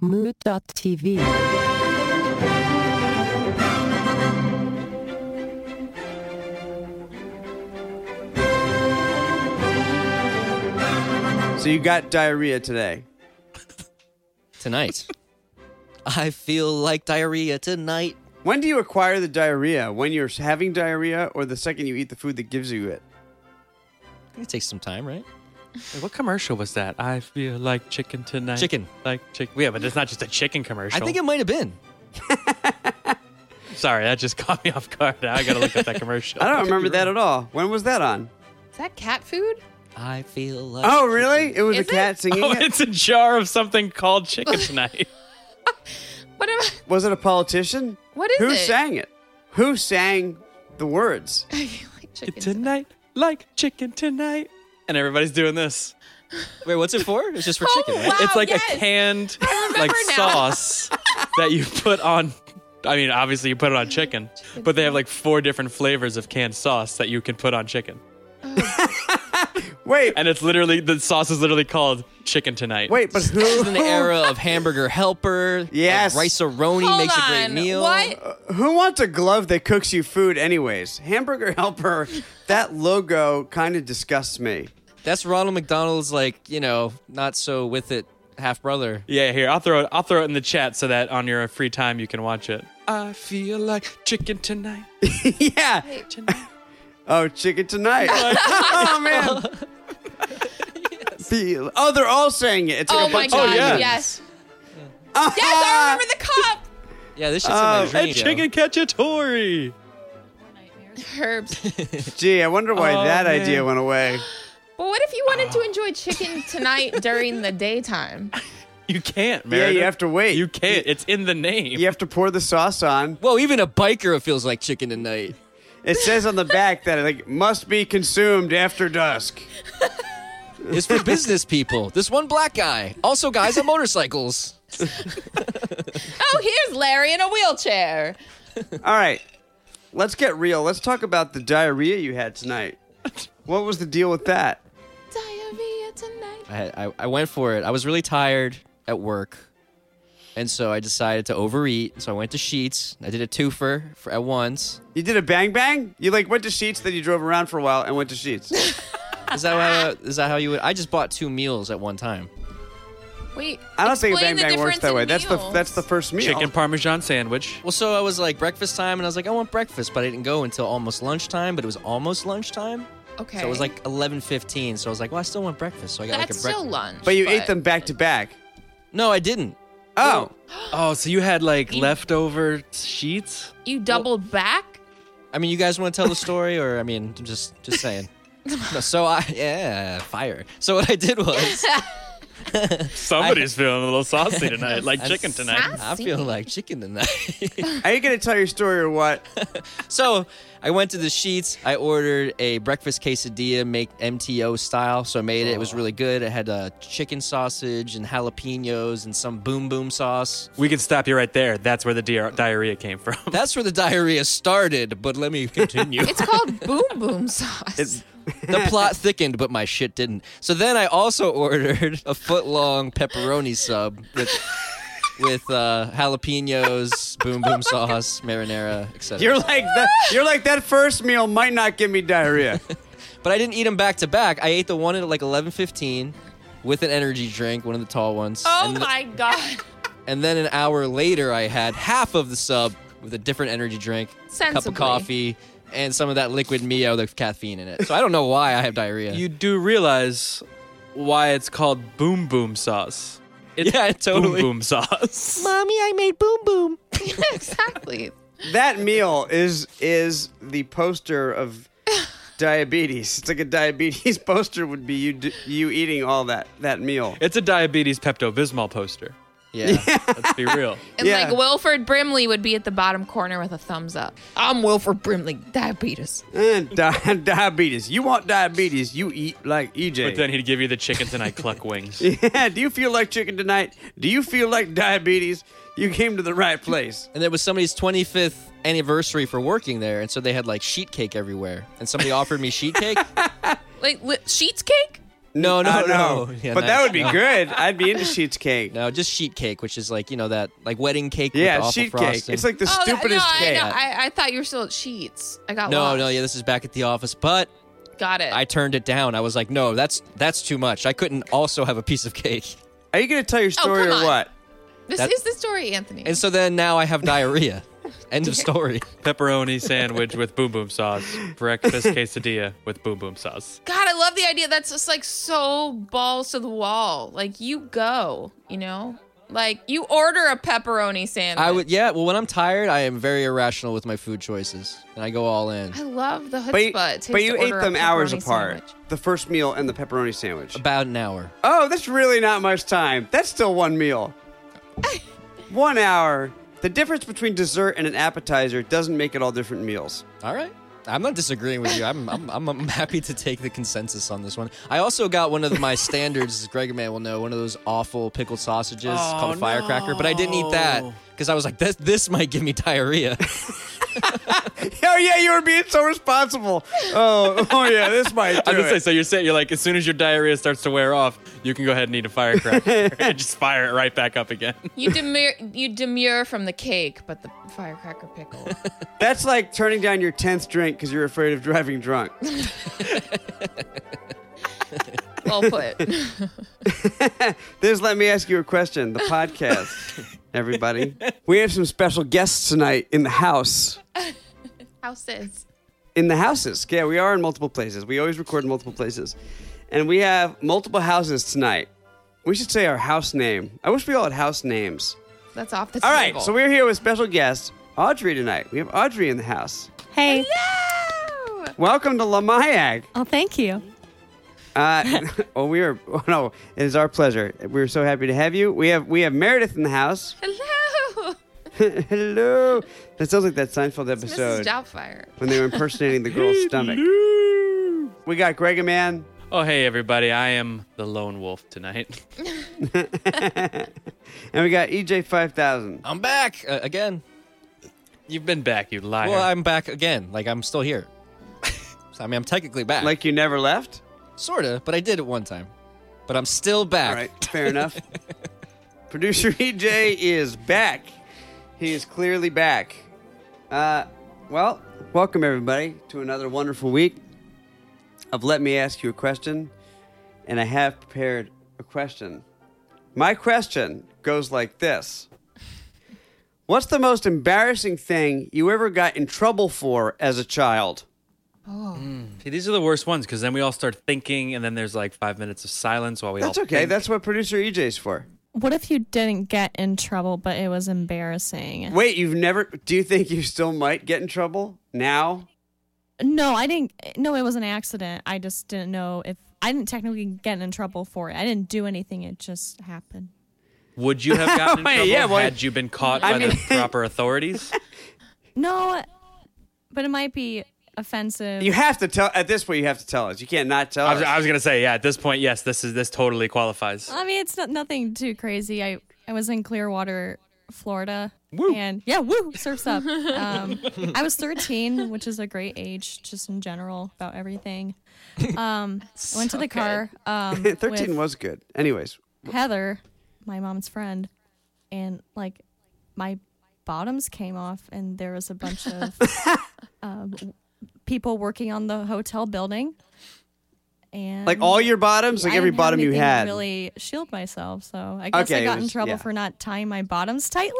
Mood.tv. So you got diarrhea today. tonight. I feel like diarrhea tonight. When do you acquire the diarrhea? When you're having diarrhea or the second you eat the food that gives you it? It takes some time, right? Wait, What commercial was that? I feel like chicken tonight. Chicken. Like chicken. Yeah, but it's not just a chicken commercial. I think it might have been. Sorry, that just caught me off guard. Now I gotta look up that commercial. I don't remember that at all. When was that on? Is that cat food? I feel like. Oh, really? It was Is a cat it? singing Oh, it? it's a jar of something called chicken tonight. What am I? Was it a politician? What is Who it? sang it? Who sang the words? I feel like chicken tonight. tonight, like chicken tonight. And everybody's doing this. Wait, what's it for? It's just for Oh, chicken, right? wow. it's like yes. a canned like remember now. sauce that you put on. I mean, obviously you put it on chicken, but they have like four different flavors of canned sauce that you can put on chicken, Wait, and it's literally the sauce is literally called chicken tonight. wait, but who? This is in the era of hamburger helper. Yes. Like Rice-A-Roni Hold makes a great on, meal. What? Who wants a glove that cooks you food, anyways? Hamburger Helper, that logo kind of disgusts me. That's Ronald McDonald's, like, you know, not so with it half brother. Yeah, here I'll throw it. I'll throw it in the chat so that on your free time you can watch it. I feel like chicken tonight. yeah. tonight. Oh, chicken tonight. oh, man. Feel- Oh, they're all saying it. It's like Oh a my bunch god! of yeah. yes. humans. yes. Ah, I remember the cup. Yeah, this shit's Oh, in my Hey, dream. chicken cacciatore. Herbs. Gee, I wonder why Oh, that man. idea went away. But what if you wanted to enjoy chicken tonight during the daytime? You can't, Yeah, man. you have to wait. You can't. It's in the name. You have to pour the sauce on. Whoa, even a biker feels like chicken tonight. It says on the back that it like must be consumed after dusk. It's for business people. This one black guy. Also guys on motorcycles. Oh, here's Larry in a wheelchair. All right, let's get real. Let's talk about the diarrhea you had tonight. What was the deal with that? Diarrhea tonight. I, had, I, I went for it. I was really tired at work. And so I decided to overeat. So I went to Sheets. I did a twofer for, at once. You did a bang bang? You like went to Sheets, then you drove around for a while and went to Sheets. Is that how, is that how you would? I just bought two meals at one time. Wait. I don't think a bang explain the bang works difference that in way. That's the meals. that's the first meal. Chicken parmesan sandwich. Well, so I was like breakfast time, and I was like, I want breakfast, but I didn't go until almost lunchtime. But it was almost lunchtime, Okay. so it was like eleven fifteen. So I was like, well, I still want breakfast, so I got that's like a still breakfast. lunch. but you ate them back to back. no, I didn't. Oh, Oh, so you had like leftover sheets? You doubled back. I mean, you guys want to tell the story, or I mean, I'm just just saying. No, so I yeah, fire. So what I did was Somebody's feeling a little saucy tonight, like chicken tonight. I feel like chicken tonight. are you gonna tell your story or what? So I went to the sheets. I ordered a breakfast quesadilla, make MTO style. So I made it. It was really good. It had uh, chicken sausage and jalapenos and some boom boom sauce. We can stop you right there. That's where the di- diarrhea came from. That's where the diarrhea started. But let me continue. It's called boom boom sauce. the plot thickened, but my shit didn't. So then I also ordered a foot long pepperoni sub with with uh, jalapenos, boom boom sauce, marinara, etc. You're like that. You're like that first meal might not give me diarrhea. But I didn't eat them back to back. I ate the one at like 11:15 with an energy drink, one of the tall ones. oh and, my god. and then an hour later I had half of the sub with a different energy drink, cup Sensibly. of coffee, and some of that liquid Mio with caffeine in it. So I don't know why I have diarrhea. You do realize why it's called boom boom sauce. It's Yeah, Boom totally. boom sauce. Mommy, I made boom boom. exactly. that meal is is the poster of diabetes. It's like a diabetes poster would be you d- you eating all that that meal. It's a diabetes Pepto Bismol poster. Yeah. Let's be real. And Yeah. like Wilford Brimley would be at the bottom corner with a thumbs up. I'm Wilford Brimley, diabetes. Eh, di- diabetes. You want diabetes? You eat like EJ. But then he'd give you the chicken tonight cluck wings. Yeah, do you feel like chicken tonight? Do you feel like diabetes? You came to the right place. And it was somebody's 25th anniversary for working there, and so they had like sheet cake everywhere. And somebody offered me sheet cake. Like li- sheets cake? Oh, No, no, I no. know. Yeah, but that nice. would be No. good. I'd be into sheets cake. No, just sheet cake, which is like you know that like wedding cake. with Yeah, awful sheet cake. frosting. It's like the Oh, that- stupidest no, cake. I, know. I, I thought you were still at sheets. I got no, lost. no, yeah. This is back at the office, but got it. I turned it down. I was like, no, that's that's too much. I couldn't also have a piece of cake. Are you going to tell your story Oh, come or on. what? this that- is the story, Anthony. And so then now I have diarrhea. End of story. Pepperoni sandwich with boom boom sauce. Breakfast quesadilla with boom boom sauce. God, I love the idea. That's just like so balls to the wall. Like you go, you know, like you order a pepperoni sandwich. I would yeah. Well, when I'm tired, I am very irrational with my food choices, and I go all in. I love the But you, chutzpah. it takes but you to ate order a them hours pepperoni apart. sandwich. The first meal and the pepperoni sandwich. About an hour. Oh, that's really not much time. That's still one meal. one hour. The difference between dessert and an appetizer doesn't make it all different meals. All right. I'm not disagreeing with you. I'm, I'm, I'm, I'm happy to take the consensus on this one. I also got one of my standards, as Gregor Man will know, one of those awful pickled sausages called a firecracker, but I didn't eat that because I was like, this, this might give me diarrhea. Oh yeah, you were being so responsible. Oh, oh yeah, this might. Do I'm gonna it. say so. You're saying you're like as soon as your diarrhea starts to wear off, you can go ahead and eat a firecracker and just fire it right back up again. You demur, you demur from the cake, but the firecracker pickle. That's like turning down your tenth drink because you're afraid of driving drunk. well put. This let me ask you a question. The podcast, everybody. We have some special guests tonight in the house. House is. in the houses. Yeah, we are in multiple places. We always record in multiple places. And we have multiple houses tonight. We should say our house name. I wish we all had house names. That's off the All table. right, so we're here with special guest Audrey tonight. We have Audrey in the house. Hey. No! Welcome to Lamayag. Oh, thank you. Uh, well, we are. Oh, no, it is our pleasure. We're so happy to have you. We have we have Meredith in the house. Hello, Hello. That sounds like that Seinfeld Mrs. episode Doubtfire. when they were impersonating the girl's stomach. We got Greg Man. Oh hey everybody, I am the lone wolf tonight. And we got E EJ5000. I'm back uh, again. You've been back, you liar. Well, I'm back again. Like, I'm still here. So, I mean, I'm technically back. Like you never left? sort of, but I did it one time. But I'm still back. All right, fair enough. Producer EJ is back. He is clearly back. Uh, well, welcome everybody to another wonderful week of Let Me Ask You a Question. And I have prepared a question. My question goes like this What's the most embarrassing thing you ever got in trouble for as a child? See, these are the worst ones because then we all start thinking, and then there's like five minutes of silence while we That's all. okay. think. That's what producer EJ's for. What if you didn't get in trouble, but it was embarrassing? Wait, you've never. Do you think you still might get in trouble now? No, I didn't. No, it was an accident. I just didn't know if I didn't technically get in trouble for it. I didn't do anything. It just happened. Would you have gotten in Wait, trouble yeah, well, had you been caught I by the mean- proper authorities? No, but it might be offensive. You have to tell. At this point, you have to tell us. You can't not tell I was, us. I was gonna say, yeah. At this point, yes, this is this totally qualifies. I mean, it's not nothing too crazy. I I was in Clearwater, Florida, and yeah, woo, surfs up. Um, I was 13, which is a great age just in general about everything. Um, I went to the car. Um, 13 with- was good. Anyways, Heather, my mom's friend, and like my bottoms came off, and there was a bunch of um, people working on the hotel building. And like all your bottoms, like I every didn't have bottom you anything to had. really shield myself, so I guess Okay, I it got in was- trouble yeah. for not tying my bottoms tightly.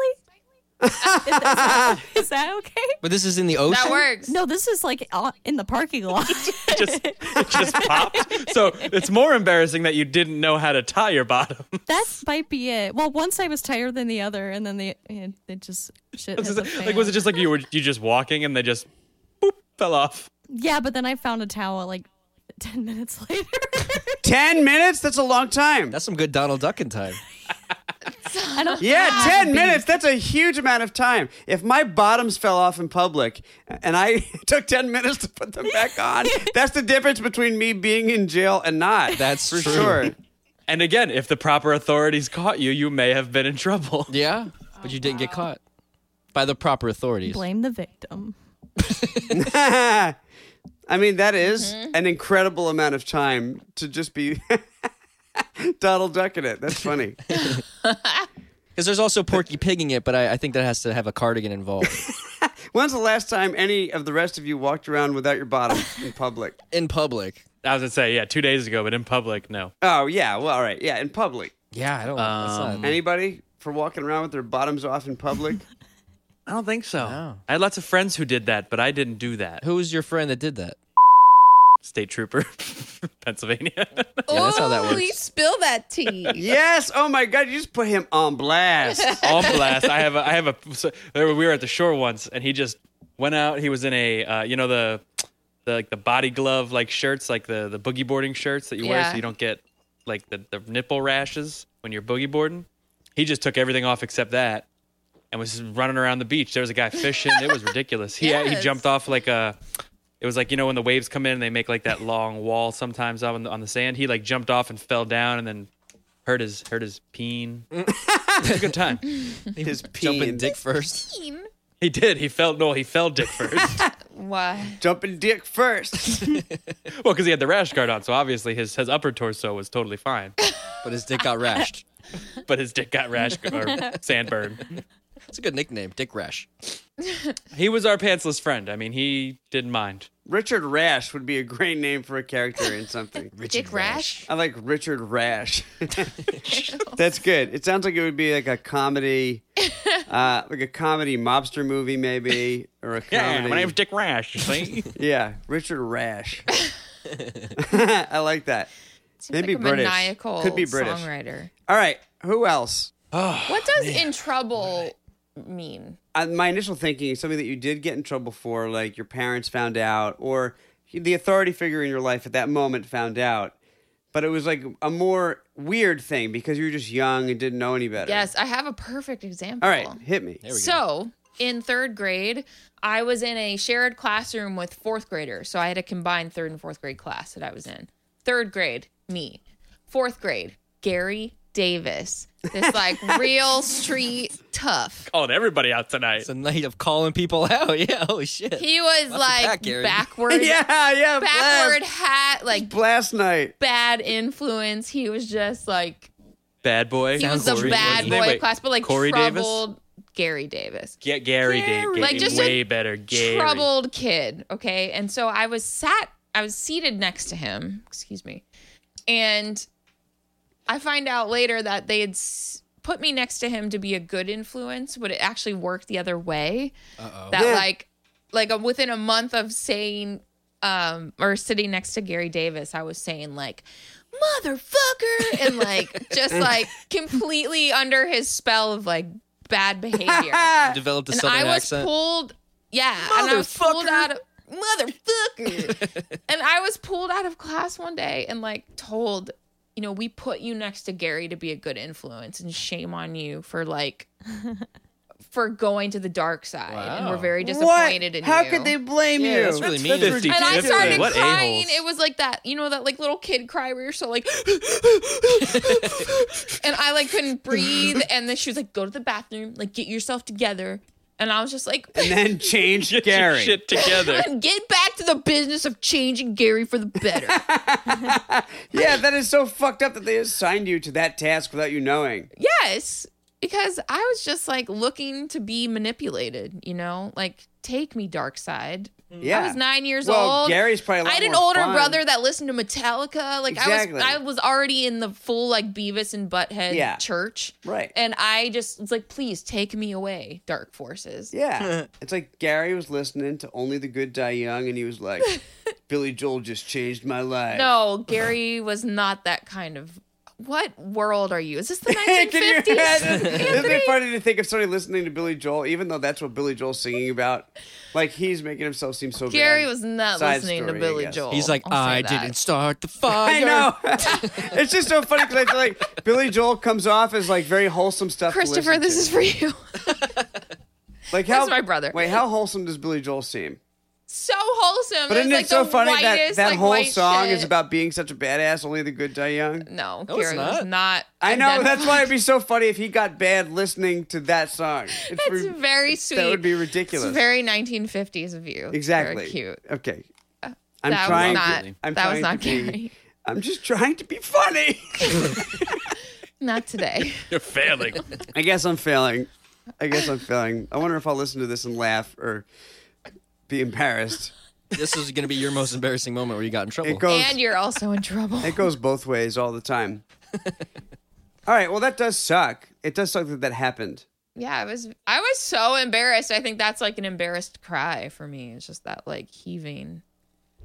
is, that- is that okay? But this is in the ocean. That works. No, this is like out in the parking lot. just it just popped. So it's more embarrassing that you didn't know how to tie your bottom. that might be it. Well, one side was tighter than the other, and then the it, it just shit. hit the like, was it fan. just like you were you just walking and they just boop fell off? Yeah, but then I found a towel like 10 minutes later. 10 minutes? That's a long time. That's some good Donald Duckin time. I don't yeah, have 10 beef. minutes. That's a huge amount of time. If my bottoms fell off in public and I took 10 minutes to put them back on, that's the difference between me being in jail and not. That's for true. sure. And again, if the proper authorities caught you, you may have been in trouble. Yeah, but you didn't get Oh, caught by the proper authorities. Blame the victim. I mean, that Mm-hmm. is an incredible amount of time to just be Donald Ducking it. That's funny. Because there's also Porky Pigging it, but I, I think that has to have a cardigan involved. When's the last time any of the rest of you walked around without your bottom in public? In public. I was gonna say, yeah, two days ago, but in public, no. Oh, yeah. Well, all right. Yeah, in public. Yeah, I don't that's not- Anybody for walking around with their bottoms off in public? I don't think so. No. I had lots of friends who did that, but I didn't do that. Who was your friend that did that? State trooper, Pennsylvania. oh, that's how that works. you spill that tea. yes. Oh, my God. You just put him on blast. on blast. I have a, I have a. So, there- we were at the shore once, and he just went out. He was in a, uh, you know the, the like the body glove like shirts, like the the boogie boarding shirts that you wear, Yeah. so you don't get like the the nipple rashes when you're boogie boarding. He just took everything off except that, and was running around the beach. There was a guy fishing. it was ridiculous. He he Yes. jumped off like a. It was like you know when the waves come in and they make like that long wall sometimes on the, on the sand. He like jumped off and fell down and then hurt his hurt his peen. it was a good time. His Jumping peen. dick first. Teen. He did. He fell. No, he fell dick first. Why? Jumping dick first. well, because he had the rash guard on, so obviously his his upper torso was totally fine, But his dick got rashed. but his dick got rash or sandburn. It's a good nickname, Dick Rash. He was our pantsless friend. I mean, he didn't mind. Richard Rash would be a great name for a character in something. Dick rash? I like Richard Rash. That's good. It sounds like it would be like a comedy, uh, like a comedy mobster movie, maybe, or a Yeah, comedy. my name's Dick Rash. you See, Yeah, Richard Rash. I like that. Seems Maybe like a British. maniacal Could be British. songwriter. All right, who else? What does in trouble mean? Uh, my initial thinking is something that you did get in trouble for, like your parents found out, or the authority figure in your life at that moment found out. But it was like a more weird thing because you were just young and didn't know any better. Yes, I have a perfect example. All right, hit me. So in third grade, I was in a shared classroom with fourth graders. So I had a combined third and fourth grade class that I was in. Third grade, me. Fourth grade, Gary Davis. This like real street tough. called Oh, everybody out tonight. It's a night of calling people out. Yeah, holy shit. He was back, like Gary. backward, Yeah, yeah, backward blast, hat, like blast night. bad influence. He was just like Bad boy. he was Sounds a Corey bad Davis. boy Wait, wait, class, but like Corey Davis? troubled Gary Davis. Get Gary, Gary. Like, just a way better. Gary. troubled kid. Okay. And so I was sat, I was seated next to him. Excuse me. And I find out later that they had s- put me next to him to be a good influence, but it actually worked the other way. Uh-oh. That Yeah. like, like a, within a month of saying um or sitting next to Gary Davis, I was saying like motherfucker and like just like completely under his spell of like bad behavior You developed a and southern I was accent. pulled. Yeah, and I was pulled out of motherfucker. and I was pulled out of class one day and like told, you know, we put you next to Gary to be a good influence, and shame on you for like for going to the dark side. And we're Wow. very disappointed in How you. could they blame Yeah, you? that's really mean. Fifty. and I Fifty. started What crying. a-holes. It was like that, you know, that like little kid cry where you're so like, and I like couldn't breathe. And then she was like, "Go to the bathroom, like get yourself together." And I was just like, and then change Get your Gary. shit together. and get back to the business of changing Gary for the better. Yeah, that is so fucked up that they assigned you to that task without you knowing. yes, because I was just like looking to be manipulated, you know, like take me dark side. Yeah, I was nine years well, old. Gary's probably. a lot I had an more older fun. brother that listened to Metallica. Like Exactly. I was, I was already in the full like Beavis and Butthead Yeah. church, Right. And I just was like, please take me away, dark forces. Yeah, it's like Gary was listening to Only the Good Die Young, and he was like, "Billy Joel just changed my life." No, Gary was not that kind of. What world are you? Is this the Hey, Can you 1950s? imagine? Isn't it funny to think of somebody listening to Billy Joel, even though that's what Billy Joel's singing about? Like he's making himself seem so. Gary bad. was not Side listening story, I to Billy guess. Joel. He's like, I'll say I that. didn't start the fire. I know. it's just so funny because I feel like Billy Joel comes off as like very wholesome stuff. to listen Christopher, this to. is for you. like how is my brother. Wait, how wholesome does Billy Joel seem? so wholesome. But It's isn't like it so the funny that whitest, that like, whole white song shit. is about being such a badass? Only the good die young. No, No, it's Gary was not. not. I know. That's identified. why it'd be so funny if he got bad listening to that song. It's That's re- very sweet. That would be ridiculous. It's very 1950s of you. Very exactly cute. Okay. I'm that trying- was not. I'm that was trying not to be- Gary. I'm just trying to be funny. Not today. You're failing. I guess I'm failing. I guess I'm failing. I wonder if I'll listen to this and laugh or be embarrassed. This is going to be your most embarrassing moment where you got in trouble. It goes. and you're also in trouble. It goes both ways all the time. all right. Well, that does suck. It does suck that that happened. Yeah, I was I was so embarrassed. I think that's like an embarrassed cry for me. It's just that like heaving.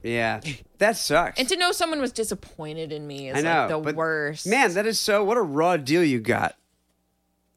Yeah, that sucks. And to know someone was disappointed in me is I know like the but worst. Man, that is so. What a raw deal you got.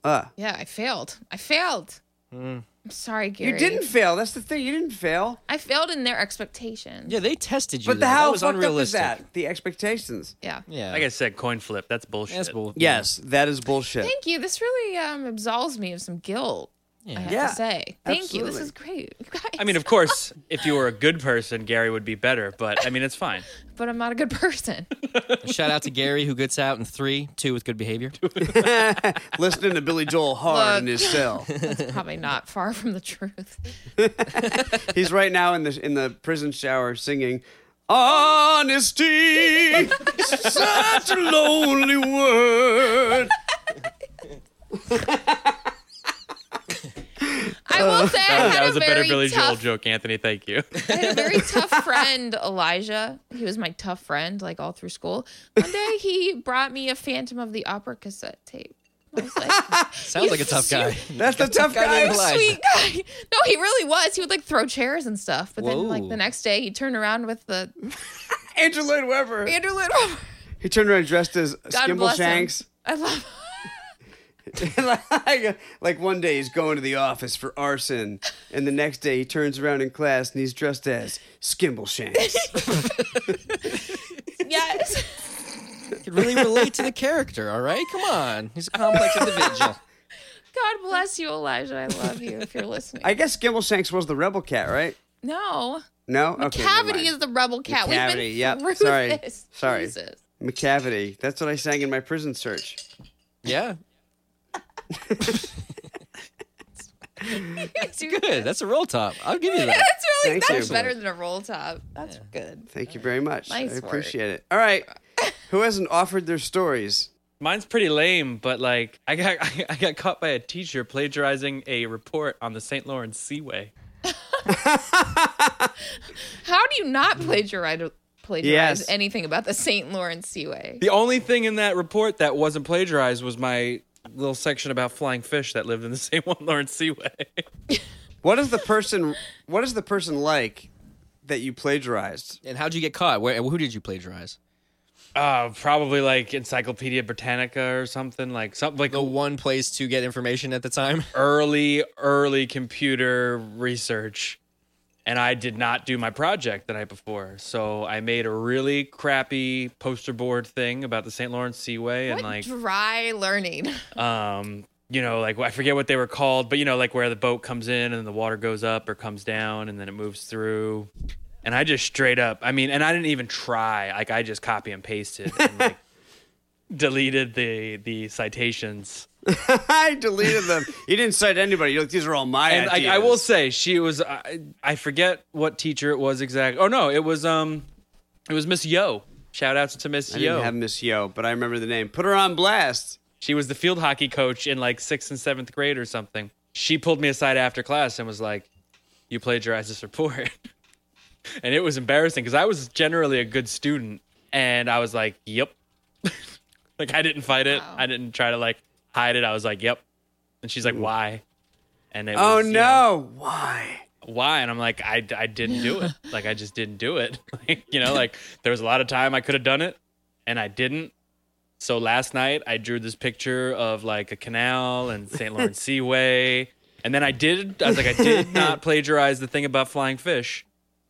Uh, Yeah, I failed. I failed. Mm. I'm sorry, Gary. you didn't fail. That's the thing. You didn't fail. I failed in their expectations. yeah, they tested you. But the though. how that was fucked up is unrealistic. that? The expectations. Yeah. Yeah, Like I said, coin flip. That's bullshit. that's bull. Yes, that is bullshit. Thank you. This really um, absolves me of some guilt. I have Yeah, to say. Thank you. This absolutely. is great. You guys. I mean, of course, if you were a good person, Gary would be better. But I mean, it's fine. but I'm not a good person. Shout out to Gary who gets out in three, two with good behavior. Listening to Billy Joel hard in Look. his cell. That's probably not far from the truth. He's right now in the in the prison shower singing Honesty such a lonely word. I will say I had that was a, a very better Billy Joel tough joke, Anthony. Thank you. I had a very tough friend, Elijah. He was my tough friend, like all through school. One day he brought me a Phantom of the Opera cassette tape. I was like, Sounds like a tough guy. That's the tough Got guy. him alive. sweet guy. No, he really was. He would like throw chairs and stuff. But then, like Whoa. the next day, he turned around with the Andrew Lloyd Webber. Andrew Lloyd Webber. He turned around dressed as God Skimble bless him. Shanks. I love. like, like one day he's going to the office for arson, and the next day he turns around in class and he's dressed as Skimble Shanks. Yes. Could really relate to the character. All right, come on. He's a complex individual. God bless you, Elijah. I love you if you're listening. I guess Skimble Shanks was the rebel cat, right? no. No, okay. never Cavity mind. is the rebel cat. We've Cavity, been yep. through Sorry. this. Sorry. Jesus. McCavity. That's what I sang in my prison search. Yeah, Dude, good. That's a roll top. I'll give you that. That's really Thank that's you. better than a roll top. That's good. Thank you very much. Nice I work. appreciate it. All right. Who hasn't offered their stories? Mine's pretty lame, but like I got I got caught by a teacher plagiarizing a report on the St. Lawrence Seaway. How do you not plagiarize plagiarize Yes. anything about the St. Lawrence Seaway? The only thing in that report that wasn't plagiarized was my little section about flying fish that lived in the St. Lawrence Seaway. What is the person what is the person like that you plagiarized? And how'd you get caught? Where, who did you plagiarize? Uh, probably like Encyclopedia Britannica or something like something like The one place to get information at the time. early early computer research. And I did not do my project the night before, so I made a really crappy poster board thing about the St. Lawrence Seaway and What like dry learning. um you know like i forget what they were called but you know like where the boat comes in and the water goes up or comes down and then it moves through and i just straight up i mean and i didn't even try like i just copy and pasted and like deleted the the citations I deleted them. You didn't cite anybody. You're like, these are all my and ideas. I, I will say she was I, I forget what teacher it was exactly oh no it was um it was miss yo shout outs to miss I didn't yo have Miss Yo, but I remember the name. Put her on blast. She was the field hockey coach in like sixth and seventh grade or something. She pulled me aside after class and was like, You plagiarized this report. and it was embarrassing because I was generally a good student. And I was like, Yep. like, I didn't fight it. I didn't try to like hide it. I was like, Yep. And she's like, Why? And it Oh was, you know, no. Why? why? And I'm like, I, I didn't do it. Like, I just didn't do it. like, you know, like there was a lot of time I could have done it and I didn't. So last night I drew this picture of like a canal and St. Lawrence Seaway. And then I did, I was like, I did not plagiarize the thing about flying fish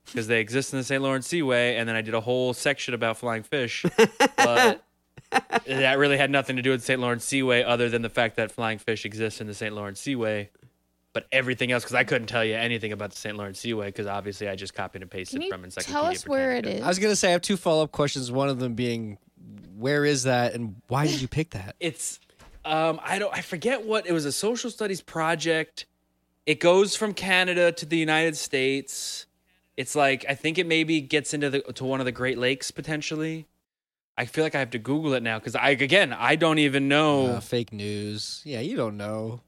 because they exist in the St. Lawrence Seaway. And then I did a whole section about flying fish. But that really had nothing to do with St. Lawrence Seaway other than the fact that flying fish exists in the St. Lawrence Seaway. But everything else, because I couldn't tell you anything about the St. Lawrence Seaway, because obviously I just copied and pasted Can you from Encyclopedia tell us where it Britannica. is? I was gonna say I have two follow up questions. One of them being, where is that, and why did you pick that? It's, um, I don't, I forget what it was. A social studies project. It goes from Canada to the United States, It's like I think it maybe gets into the to one of the Great Lakes potentially. I feel like I have to Google it now because I again I don't even know Uh, fake news. Yeah, you don't know.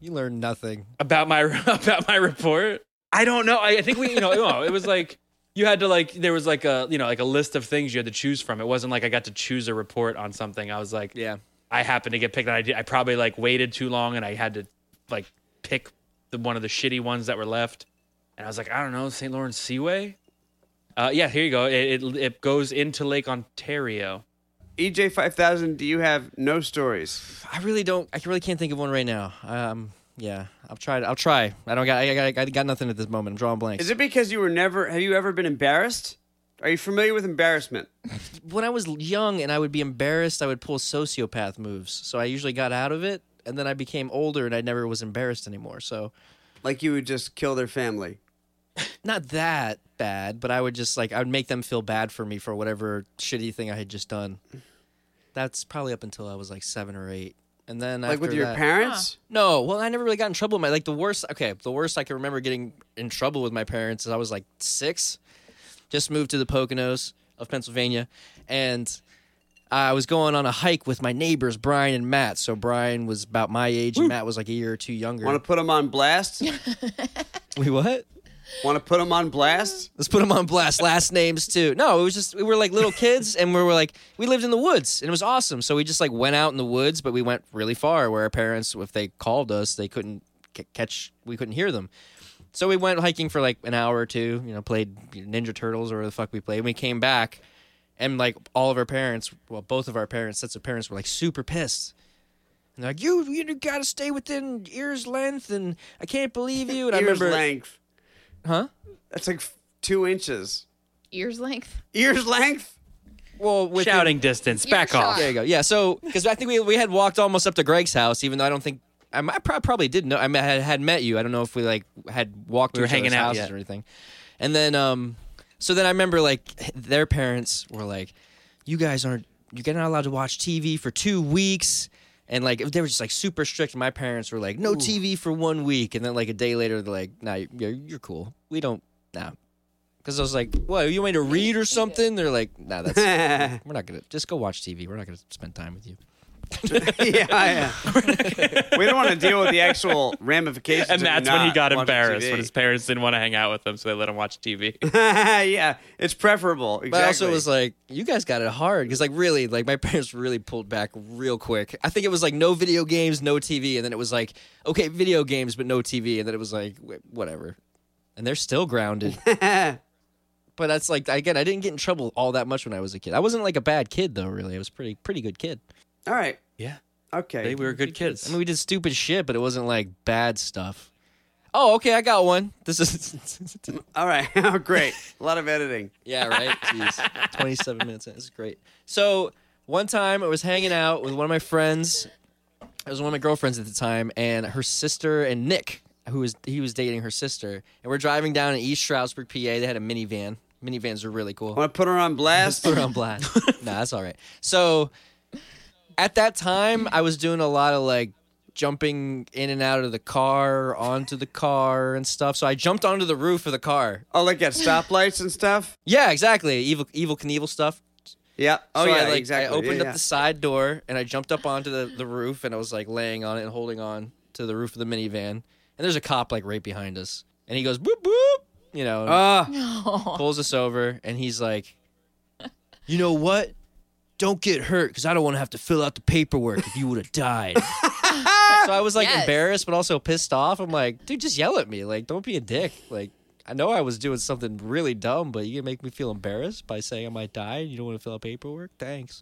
You learn nothing. about my about my report. I don't know. I, I think we you know no, it was like you had to like there was like a you know like a list of things you had to choose from. It wasn't like I got to choose a report on something. I was like Yeah. I happened to get picked. And I did, I probably like waited too long and I had to like pick the one of the shitty ones that were left. And I was like, I don't know, St. Lawrence Seaway. Uh, yeah, here you go. It, it it goes into Lake Ontario. EJ E five thousand. Do you have no stories? I really don't. I really can't think of one right now. Um. Yeah. I'll try. to- I'll try. I don't got. I got. I got nothing at this moment. I'm drawing blanks. Is it because you were never? Have you ever been embarrassed? Are you familiar with embarrassment? when I was young and I would be embarrassed, I would pull sociopath moves. So I usually got out of it, and then I became older and I never was embarrassed anymore. So Like you would just kill their family. not that bad, but I would just like I would make them feel bad for me for whatever shitty thing I had just done. That's probably up until I was like seven or eight, and then Like with after your that- parents? No, well, I never really got in trouble. with My like the worst. Okay, the worst I can remember getting in trouble with my parents is I was like six, just moved to the Poconos of Pennsylvania, and I was going on a hike with my neighbors Brian and Matt. So Brian was about my age, and Matt was like a year or two younger. Want to put them on blast? we what? Want to put them on blast? Let's put them on blast. Last names too. No, it was just we were like little kids, and we were like we lived in the woods, and it was awesome. So we just like went out in the woods, but we went really far where our parents, if they called us, they couldn't c- catch. We couldn't hear them. So we went hiking for like an hour or two. You know, played Ninja Turtles or whatever the fuck we played. And we came back, and like all of our parents, well, both of our parents, sets of parents were like super pissed. And they're like, you, you gotta stay within ears length, and I can't believe you. And I Ears remember, length. huh? That's like f- two inches. Ears length. Ears length. Well, within, Shouting distance. Back Earshot. off. There you go. Yeah. So, because I think we we had walked almost up to Greg's house, even though I don't think I, might- prob- probably did know. I, mean, I had, had met you. I don't know if we like had walked. We to were each hanging other's out houses yet. or anything. And then, um, so then I remember like their parents were like, "You guys aren't. You're not allowed to watch TV for two weeks." And like they were just like super strict. My parents were like, "No TV for one week." And then like a day later, they're like, "Nah, you're, you're cool. We don't. Nah." Because I was like, "What? You want me to read or something?" They're like, "Nah, that's." yeah, We're not gonna just go watch TV. We're not gonna spend time with you. yeah. we don't want to deal with the actual ramifications. And of that's when he not got watching embarrassed TV. when his parents didn't want to hang out with him, so they let him watch TV. yeah, it's preferable. Exactly. But I also was like, you guys got it hard because like really, like my parents really pulled back real quick. I think it was like no video games, no TV, and then it was like okay, video games but no TV, and then it was like wh- whatever. And they're still grounded. but that's like again, I didn't get in trouble all that much when I was a kid. I wasn't like a bad kid though, really. I was pretty pretty good kid. all right, Yeah. okay. They were good I kids. mean, we did stupid shit, but it wasn't like bad stuff. Oh, okay, I got one. This is All right, oh, great. A lot of editing. Yeah, right. Jeez, twenty-seven minutes. in. This is great. So one time I was hanging out with one of my friends. It was one of my girlfriends at the time, and her sister and Nick, who was he was dating her sister, and we're driving down in East Stroudsburg, PA. They had a minivan. Minivans are really cool. Want to put her on blast? Put her on blast. nah, that's all right. So at that time, I was doing a lot of like jumping in and out of the car, onto the car, and stuff. So I jumped onto the roof of the car. oh, like at stoplights and stuff. Yeah, exactly. Evil, evil Knievel stuff. Yeah. Oh So yeah, I, like, exactly. I opened Yeah, up yeah. the side door and I jumped up onto the, the roof and I was like laying on it and holding on to the roof of the minivan. And there's a cop like right behind us. And he goes, boop, boop, you know, Oh, pulls us over and he's like, you know what? Don't get hurt because I don't want to have to fill out the paperwork if you would have died. so I was like Yes. embarrassed but also pissed off. I'm like, dude, just yell at me. Like, don't be a dick. Like, I know I was doing something really dumb, but you can make me feel embarrassed by saying I might die and you don't want to fill out paperwork. Thanks.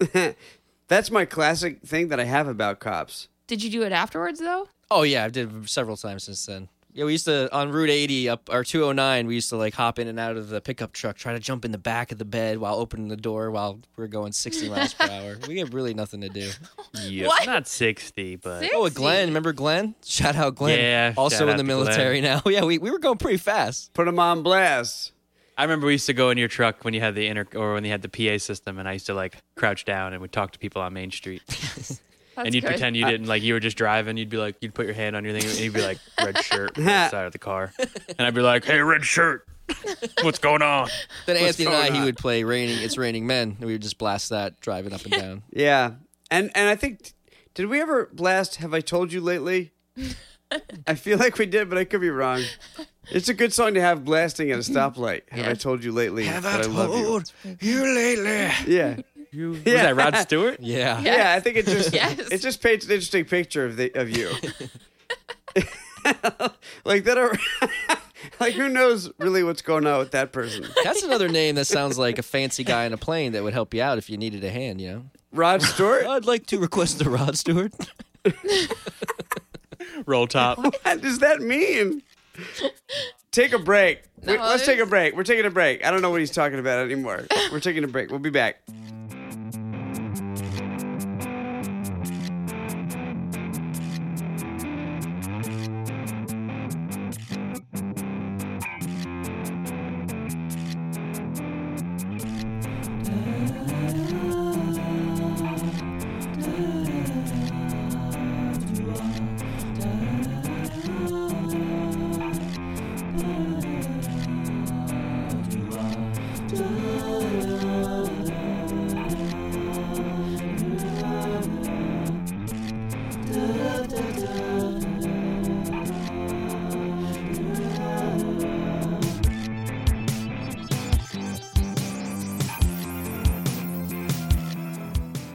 that's my classic thing that I have about cops. Did you do it afterwards though? Oh yeah, I've did it several times since then. Yeah, we used to on Route 80 up or 209. We used to like hop in and out of the pickup truck, try to jump in the back of the bed while opening the door while we're going 60 miles per hour. We have really nothing to do. Yeah. What? Not 60, but. Six? Oh, with Glenn, remember Glenn? Shout out Glenn. Yeah, also shout in out the to Glenn. military now. Yeah, we, we were going pretty fast. Put him on blast. I remember we used to go in your truck when you had the inter or when you had the PA system, and I used to like crouch down and would talk to people on Main Street, That's and you'd good. pretend you didn't like you were just driving. You'd be like, you'd put your hand on your thing, and you'd be like, red shirt, on the side of the car, and I'd be like, hey, red shirt. What's going on? Then Anthony and I, going he on? would play "Raining It's Raining Men," and we would just blast that driving up and down. Yeah, and and I think did we ever blast? Have I told you lately? I feel like we did, but I could be wrong. It's a good song to have blasting at a stoplight. Have I told you lately? that I love you? you lately? Yeah, Was that Rod Stewart? Yeah. yeah. I think it just Yes. it just paints an interesting picture of the of you. like that, are, like who knows really what's going on with that person? That's another name that sounds like a fancy guy in a plane that would help you out if you needed a hand. You know. Rod Stewart. I'd like to request a Rod Stewart. Roll top. What does that mean? Take a break. Wait, let's take a there's- break. We're taking a break. I don't know what he's talking about anymore. We're taking a break. We'll be back.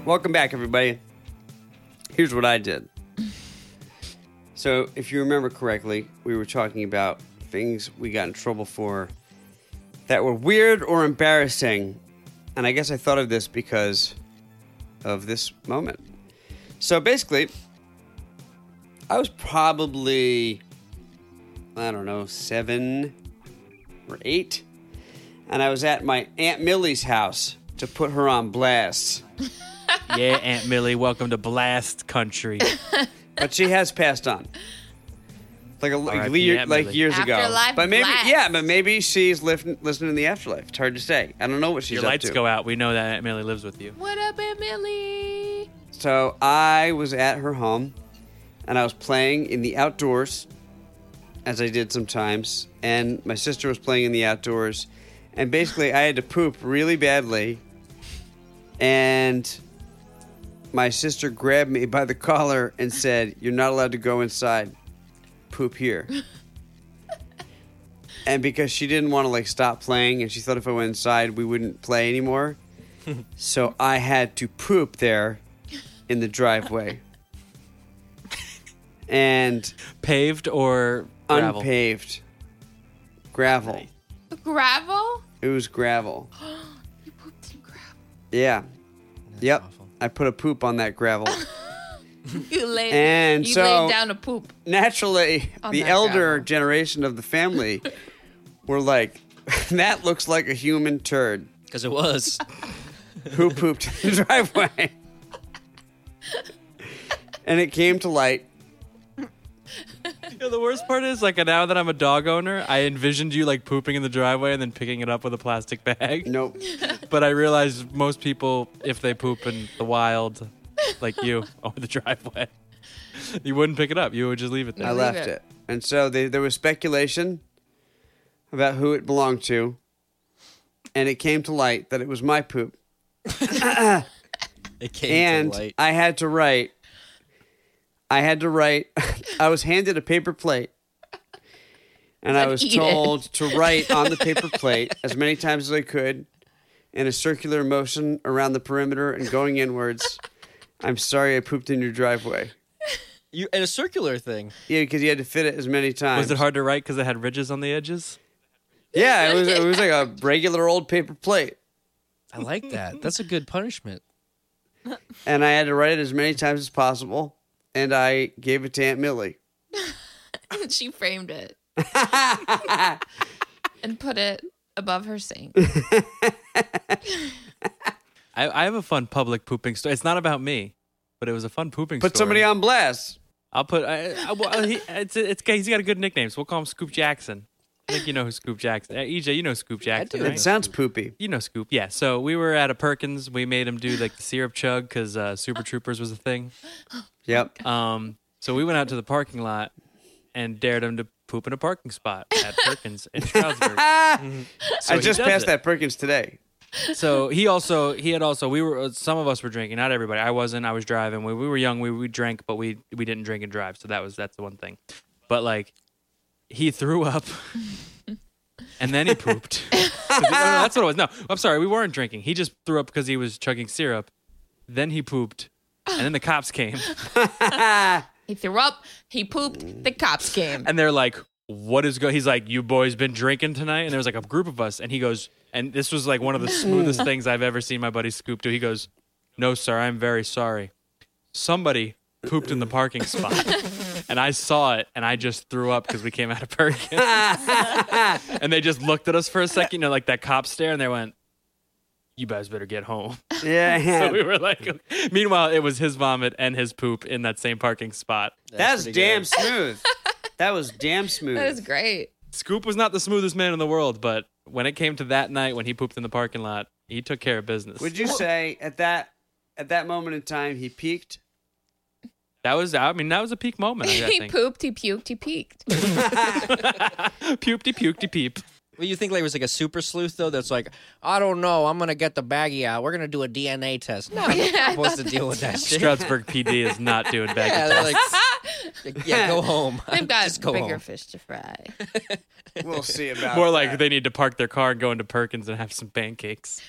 Welcome back, everybody. Here's what I did. So, if you remember correctly, we were talking about things we got in trouble for that were weird or embarrassing. And I guess I thought of this because of this moment. So, basically, I was probably, I don't know, seven or eight. And I was at my Aunt Millie's house to put her on blast. Yeah, Aunt Millie, welcome to Blast Country. but she has passed on. Like a like, R.I.P. year, Aunt like Millie. years ago, Afterlife but maybe blast. yeah, but maybe she's lift, listening in the afterlife. It's hard to say. I don't know what she's Your up lights to. go out. We know that Aunt Millie lives with you. What up, Emily? So I was at her home, and I was playing in the outdoors, as I did sometimes. And my sister was playing in the outdoors, and basically I had to poop really badly, and my sister grabbed me by the collar and said, "You're not allowed to go inside. Poop here." and because she didn't want to like stop playing, and she thought if I went inside we wouldn't play anymore. So I had to poop there in the driveway. and Paved or gravel? unpaved gravel. Gravel? It was gravel. You pooped in gravel. Yeah. yep. I put a poop on that gravel. You laid, And you so- laid down to poop. Naturally, On the that elder gravel. generation of the family were like, that looks like a human turd. Because it was. who pooped in the driveway. and it came to light. You know, the worst part is, like, now that I'm a dog owner, I envisioned you, like, pooping in the driveway and then picking it up with a plastic bag. Nope. But I realized most people, if they poop in the wild, like you, or the driveway, you wouldn't pick it up. You would just leave it I there. left it. it. And so they, there was speculation about who it belonged to. And it came to light that it was my poop. It came and to light. I had to write. I had to write. I was handed a paper plate, and I was eat it. told to write on the paper plate as many times as I could in a circular motion around the perimeter and going inwards. I'm sorry I pooped in your driveway. you and a circular thing. Yeah, because you had to fit it as many times. Was it hard to write because it had ridges on the edges? Yeah, it was. It was like a regular old paper plate, I like that. That's a good punishment. and I had to write it as many times as possible. And I gave it to Aunt Millie. she framed it and put it above her sink. I, I have a fun public pooping story. It's not about me, but it was a fun pooping story. Put somebody on blast. I'll put. I, I, well, he, it's, it's, he's got a good nickname, so we'll call him Scoop Jackson. I think you know who Scoop Jackson. Uh, EJ, you know Scoop Jackson, do. That right? sounds poopy. You know Scoop. Yeah. So we were at a Perkins. We made him do like the syrup chug because uh, Super Troopers was a thing. Yep. Um, so we went out to the parking lot and dared him to poop in a parking spot at Perkins in Stroudsburg. Ah, So I he just does passed it. that Perkins today. So he also he had also we were uh, some of us were drinking, not everybody. I wasn't. I was driving. When we were young, we we drank, but we we didn't drink and drive. So that was that's the one thing. But like, he threw up, and then he pooped. 'Cause he- no, no, that's what it was. No, I'm sorry. We weren't drinking. He just threw up because he was chugging syrup. Then he pooped, and then the cops came, He threw up. He pooped. The cops came. and they're like. What is go? He's like, you boys been drinking tonight, and there was like a group of us, and he goes, and this was like one of the smoothest things I've ever seen my buddy Scoop do. He goes, No, sir, I'm very sorry. Somebody pooped in the parking spot. and I saw it and I just threw up because we came out of Perkins. and they just looked at us for a second, you know, like that cop stare, and they went, You guys better get home. Yeah, So we were like, Meanwhile, it was his vomit and his poop in that same parking spot. that's pretty damn good. smooth. That was damn smooth. That is great. Scoop was not the smoothest man in the world, but when it came to that night when he pooped in the parking lot, he took care of business. Would you say at that at that moment in time he peaked? that was, I mean, that was a peak moment. I he think. pooped. He puked. He peeked. Puked, puked, peep. Well, you think like it was like a super sleuth though? That's like, I don't know. I'm gonna get the baggie out. We're gonna do a DNA test. No, Yeah, I supposed to thought deal with that shit. Stroudsburg PD is not doing back. Yeah, they're like, yeah, go home. They've got Just go bigger home. fish to fry. We'll see about More like that. they need to park their car and go into Perkins and have some pancakes.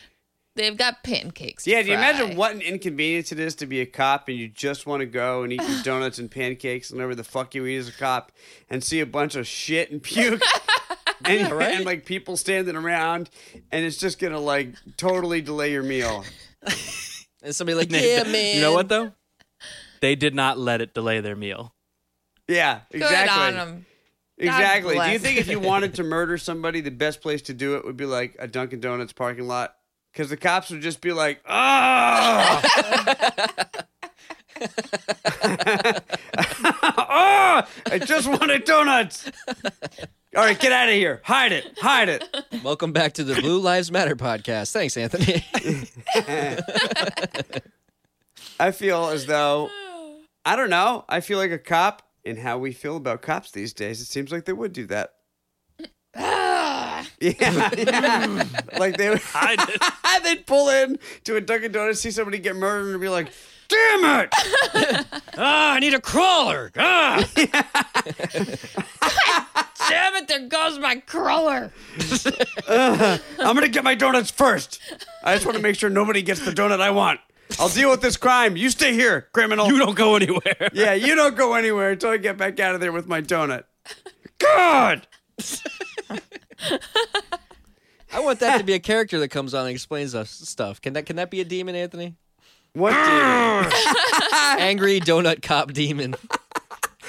They've got pancakes. to Yeah, do you imagine fry. what an inconvenience it is to be a cop and you just want to go and eat your donuts and pancakes and whatever the fuck you eat as a cop and see a bunch of shit and puke and, and like people standing around and it's just gonna like totally delay your meal. And somebody like, yeah, man. You know what though? They did not let it delay their meal. Yeah, Good exactly. on them. Exactly. Do you bless. think if you wanted to murder somebody, the best place to do it would be like a Dunkin' Donuts parking lot? Because the cops would just be like, "Ah, Ah, I just wanted donuts." All right, get out of here. Hide it. Hide it. Welcome back to the Blue Lives Matter podcast. Thanks, Anthony. I feel as though I don't know. I feel like a cop and how we feel about cops these days. It seems like they would do that. yeah, yeah. like they would. I did. They'd pull in to a Dunkin' Donuts, see somebody get murdered, and be like, "Damn it!" ah, I need a crawler. Ah, Damn it! There goes my crawler. I'm gonna get my donuts first. I just want to make sure nobody gets the donut I want. I'll deal with this crime. You stay here, criminal. you don't go anywhere. yeah, you don't go anywhere until I get back out of there with my donut. God. I want that to be a character that comes on and explains us stuff. Can that can that be a demon, Anthony? What demon? Angry donut cop demon.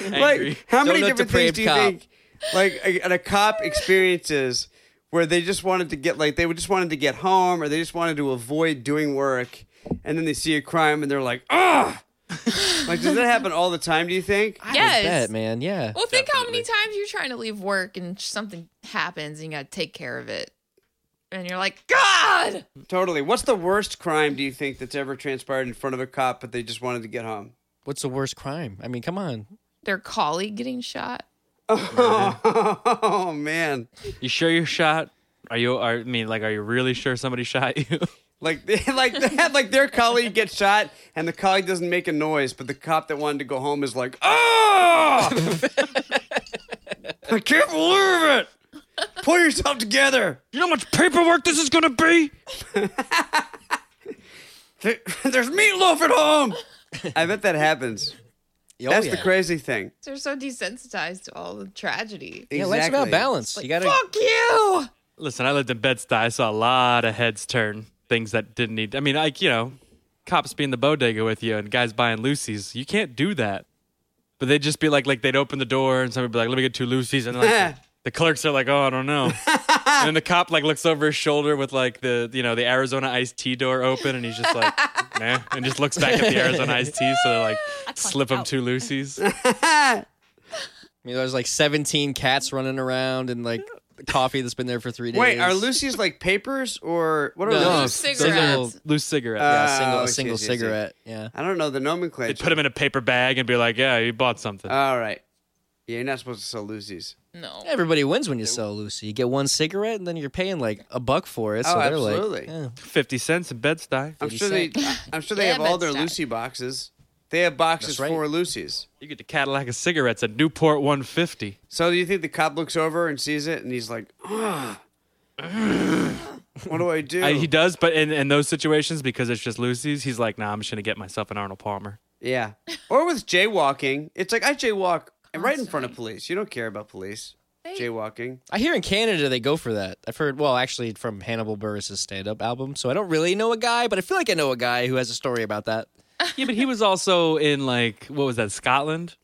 Angry. Like, how many Donut different things depraved do you cop. think, like, a, a cop experiences where they just wanted to get, like, they just wanted to get home or they just wanted to avoid doing work, and then they see a crime and they're like, ugh. like, does that happen all the time? Do you think? yes. Bet, man. Yeah. Well, think how many times you're trying to leave work and something happens and you got to take care of it. And you're like, God! Totally. What's the worst crime do you think that's ever transpired in front of a cop, but they just wanted to get home? What's the worst crime? I mean, come on. Their colleague getting shot. Oh man! You sure you're shot? Are you? Are, I mean, like, are you really sure somebody shot you? Like, like that. Like their colleague gets shot, and the colleague doesn't make a noise, but the cop that wanted to go home is like, "Oh, I can't believe it! Pull yourself together. you know how much paperwork this is gonna be. There- There's meatloaf at home." I bet that happens. Oh, That's yeah. the crazy thing. They're so desensitized to all the tragedy. Yeah, life's about Exactly. balance. you gotta Fuck you! Listen, I lived in Bed Stuy. I saw a lot of heads turn. Things that didn't need. I mean, like you know, cops being the bodega with you and guys buying Lucy's. You can't do that. But they'd just be like, like they'd open the door and somebody would be like, "Let me get two Lucy's," and like the clerks are like, "Oh, I don't know." and then the cop like looks over his shoulder with like the you know the Arizona iced tea door open, and he's just like, "Nah," and just looks back at the Arizona iced tea. So they like slip him two Lucy's. I mean, there's like 17 cats running around and like coffee that's been there for three days. Wait, are Lucy's like papers or what are No, Lucy's? those cigarettes. little- Loose cigarette. Oh, yeah, single, I a see, single I see, I see. cigarette. Yeah. I don't know the nomenclature. Put him in a paper bag and be like, "Yeah, you bought something." All right. Yeah, you're not supposed to sell Lucy's. No. Everybody wins when you sell Lucy. You get one cigarette, and then you're paying like a buck for it. So Oh, they're absolutely. like, yeah. 50 cents in bed I'm 50 sure they. I'm sure they Yeah, have all but their it's not- Lucy boxes. They have boxes That's right. for Lucy's. You get the Cadillac of cigarettes at Newport 150. So do you think the cop looks over and sees it and he's like, ah, what do I do? I, he does, but in, in those situations, because it's just Lucy's, he's like, nah, I'm just going to get myself an Arnold Palmer. yeah. Or with jaywalking, it's like I jaywalk and right in front of police. You don't care about police. Jaywalking. I hear in Canada they go for that. I've heard, well, actually, from Hannibal Burris' stand-up album. So I don't really know a guy, but I feel like I know a guy who has a story about that. yeah, but he was also in, like, what was that, Scotland?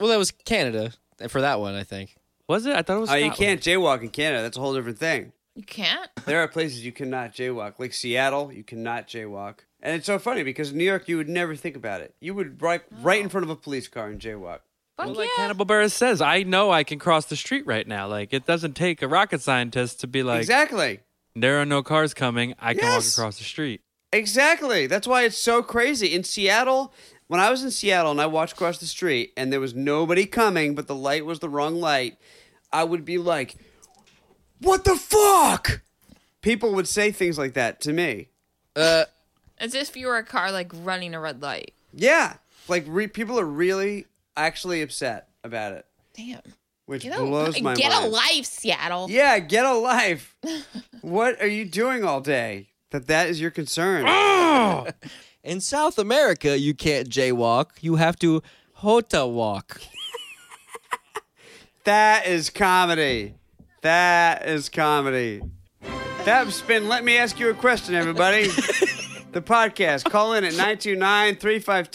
Well, that was Canada for that one, I think. Was it? I thought it was Oh, you can't Scotland. jaywalk in Canada. That's a whole different thing. You can't? There are places you cannot jaywalk, like Seattle. You cannot jaywalk, and it's so funny because in New York, you would never think about it. You would right right in front of a police car and jaywalk. Fuck Well, like yeah. Hannibal Burris says, I know I can cross the street right now. Like, it doesn't take a rocket scientist to be like, exactly, there are no cars coming. I can walk Yes. across the street. exactly. That's why it's so crazy in Seattle. When I was in Seattle and I watched across the street and there was nobody coming, but the light was the wrong light, I would be like, "What the fuck?" People would say things like that to me. As if you were a car like running a red light. Yeah, like re- people are really actually upset about it, Damn. which Get a, blows my get mind. a life, Seattle. Yeah, get a life. what are you doing all day? That that is your concern. In South America, you can't jaywalk. You have to hota walk. that is comedy. That is comedy. That's been Let Me Ask You a Question, everybody. the podcast. Call in at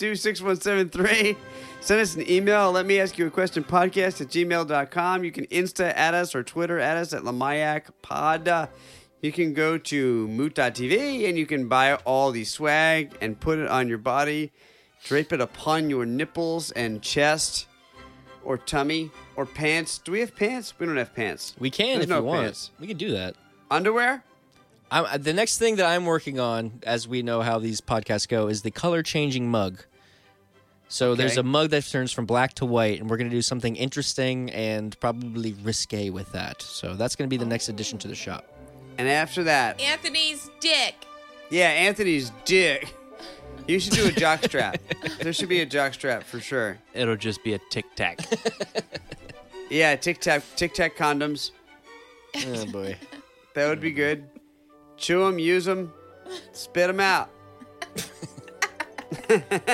929-352-6173. Send us an email. Let me ask you a question podcast at gmail.com. You can Insta at us or Twitter at us at Lamayak Pod. You can go to moot.tv and you can buy all the swag and put it on your body. Drape it upon your nipples and chest or tummy or pants. Do we have pants? We don't have pants. We can There's if no you want. pants. We can do that. Underwear? I'm, uh, the next thing that I'm working on, as we know how these podcasts go, is the color changing mug. So there's a mug that turns from black to white, and we're going to do something interesting and probably risque with that. So that's going to be the next addition to the shop. And after that, Anthony's dick. Yeah, Anthony's dick. You should do a jock strap. there should be a jock strap for sure. It'll just be a tic tac. Yeah, tic tac tic tac condoms. Oh boy! That would be good. Chew them, use them, spit them out.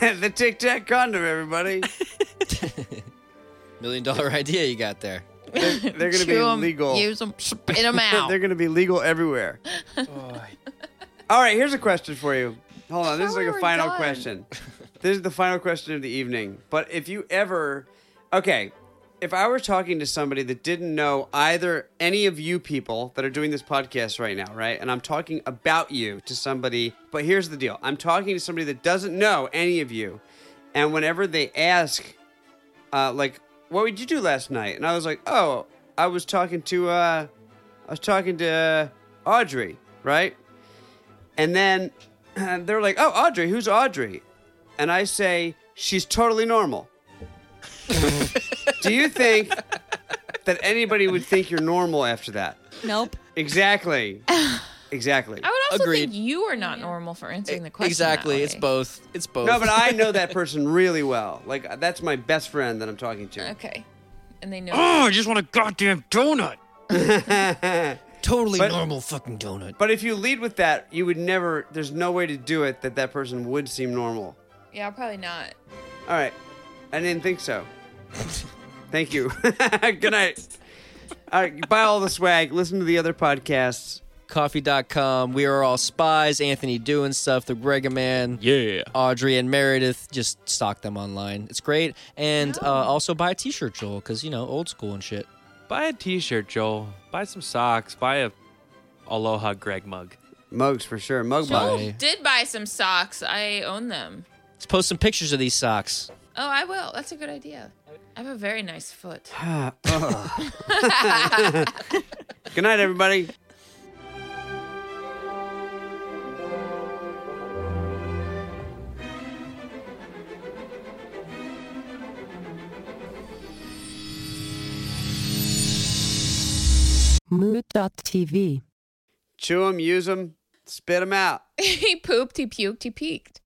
the tic tac condom, everybody. Million dollar idea you got there. They're gonna be Chew 'em, legal. Use them, spit them out. They're gonna be legal everywhere. All right, here's a question for you. Hold on, this is Sorry, like a we're final done. question. This is the final question of the evening. But if you ever, okay, if I were talking to somebody that didn't know either any of you people that are doing this podcast right now, right, and I'm talking about you to somebody, but here's the deal: I'm talking to somebody that doesn't know any of you, and whenever they ask uh, like, what did you do last night? And I was like, oh, I was talking to, uh, I was talking to uh, Audrey, right? And then they're like, oh, Audrey, who's Audrey? And I say, she's totally normal. do you think that anybody would think you're normal after that? Nope. Exactly. Exactly. I would also Agreed. E, think you are not normal for answering the question. exactly. that It's way. both. It's both. No, but I know that person really well. Like, that's my best friend that I'm talking to. Okay. And they know. oh, I just want a goddamn donut. totally normal fucking donut. But if you lead with that, you would never. There's no way to do it that that person would seem normal. Yeah, probably not. All right, I didn't think so. Thank you. Good night. All right, buy all the swag. Listen to the other podcasts. Coffee.com. We are all spies. Anthony doing stuff. The Grega Man. Yeah. Audrey and Meredith just stock them online. It's great. And uh, also buy a t shirt, Joel, because, you know, old school and shit. Buy a t shirt, Joel. Buy some socks. Buy a Aloha Greg mug. Mugs for sure. Mug Joel buy. did buy some socks. I own them. Let's post some pictures of these socks. Oh, I will. That's a good idea. I have a very nice foot. Good night, everybody. Mood.tv. Chew them, use them, spit them out. he pooped, he puked, he peeked.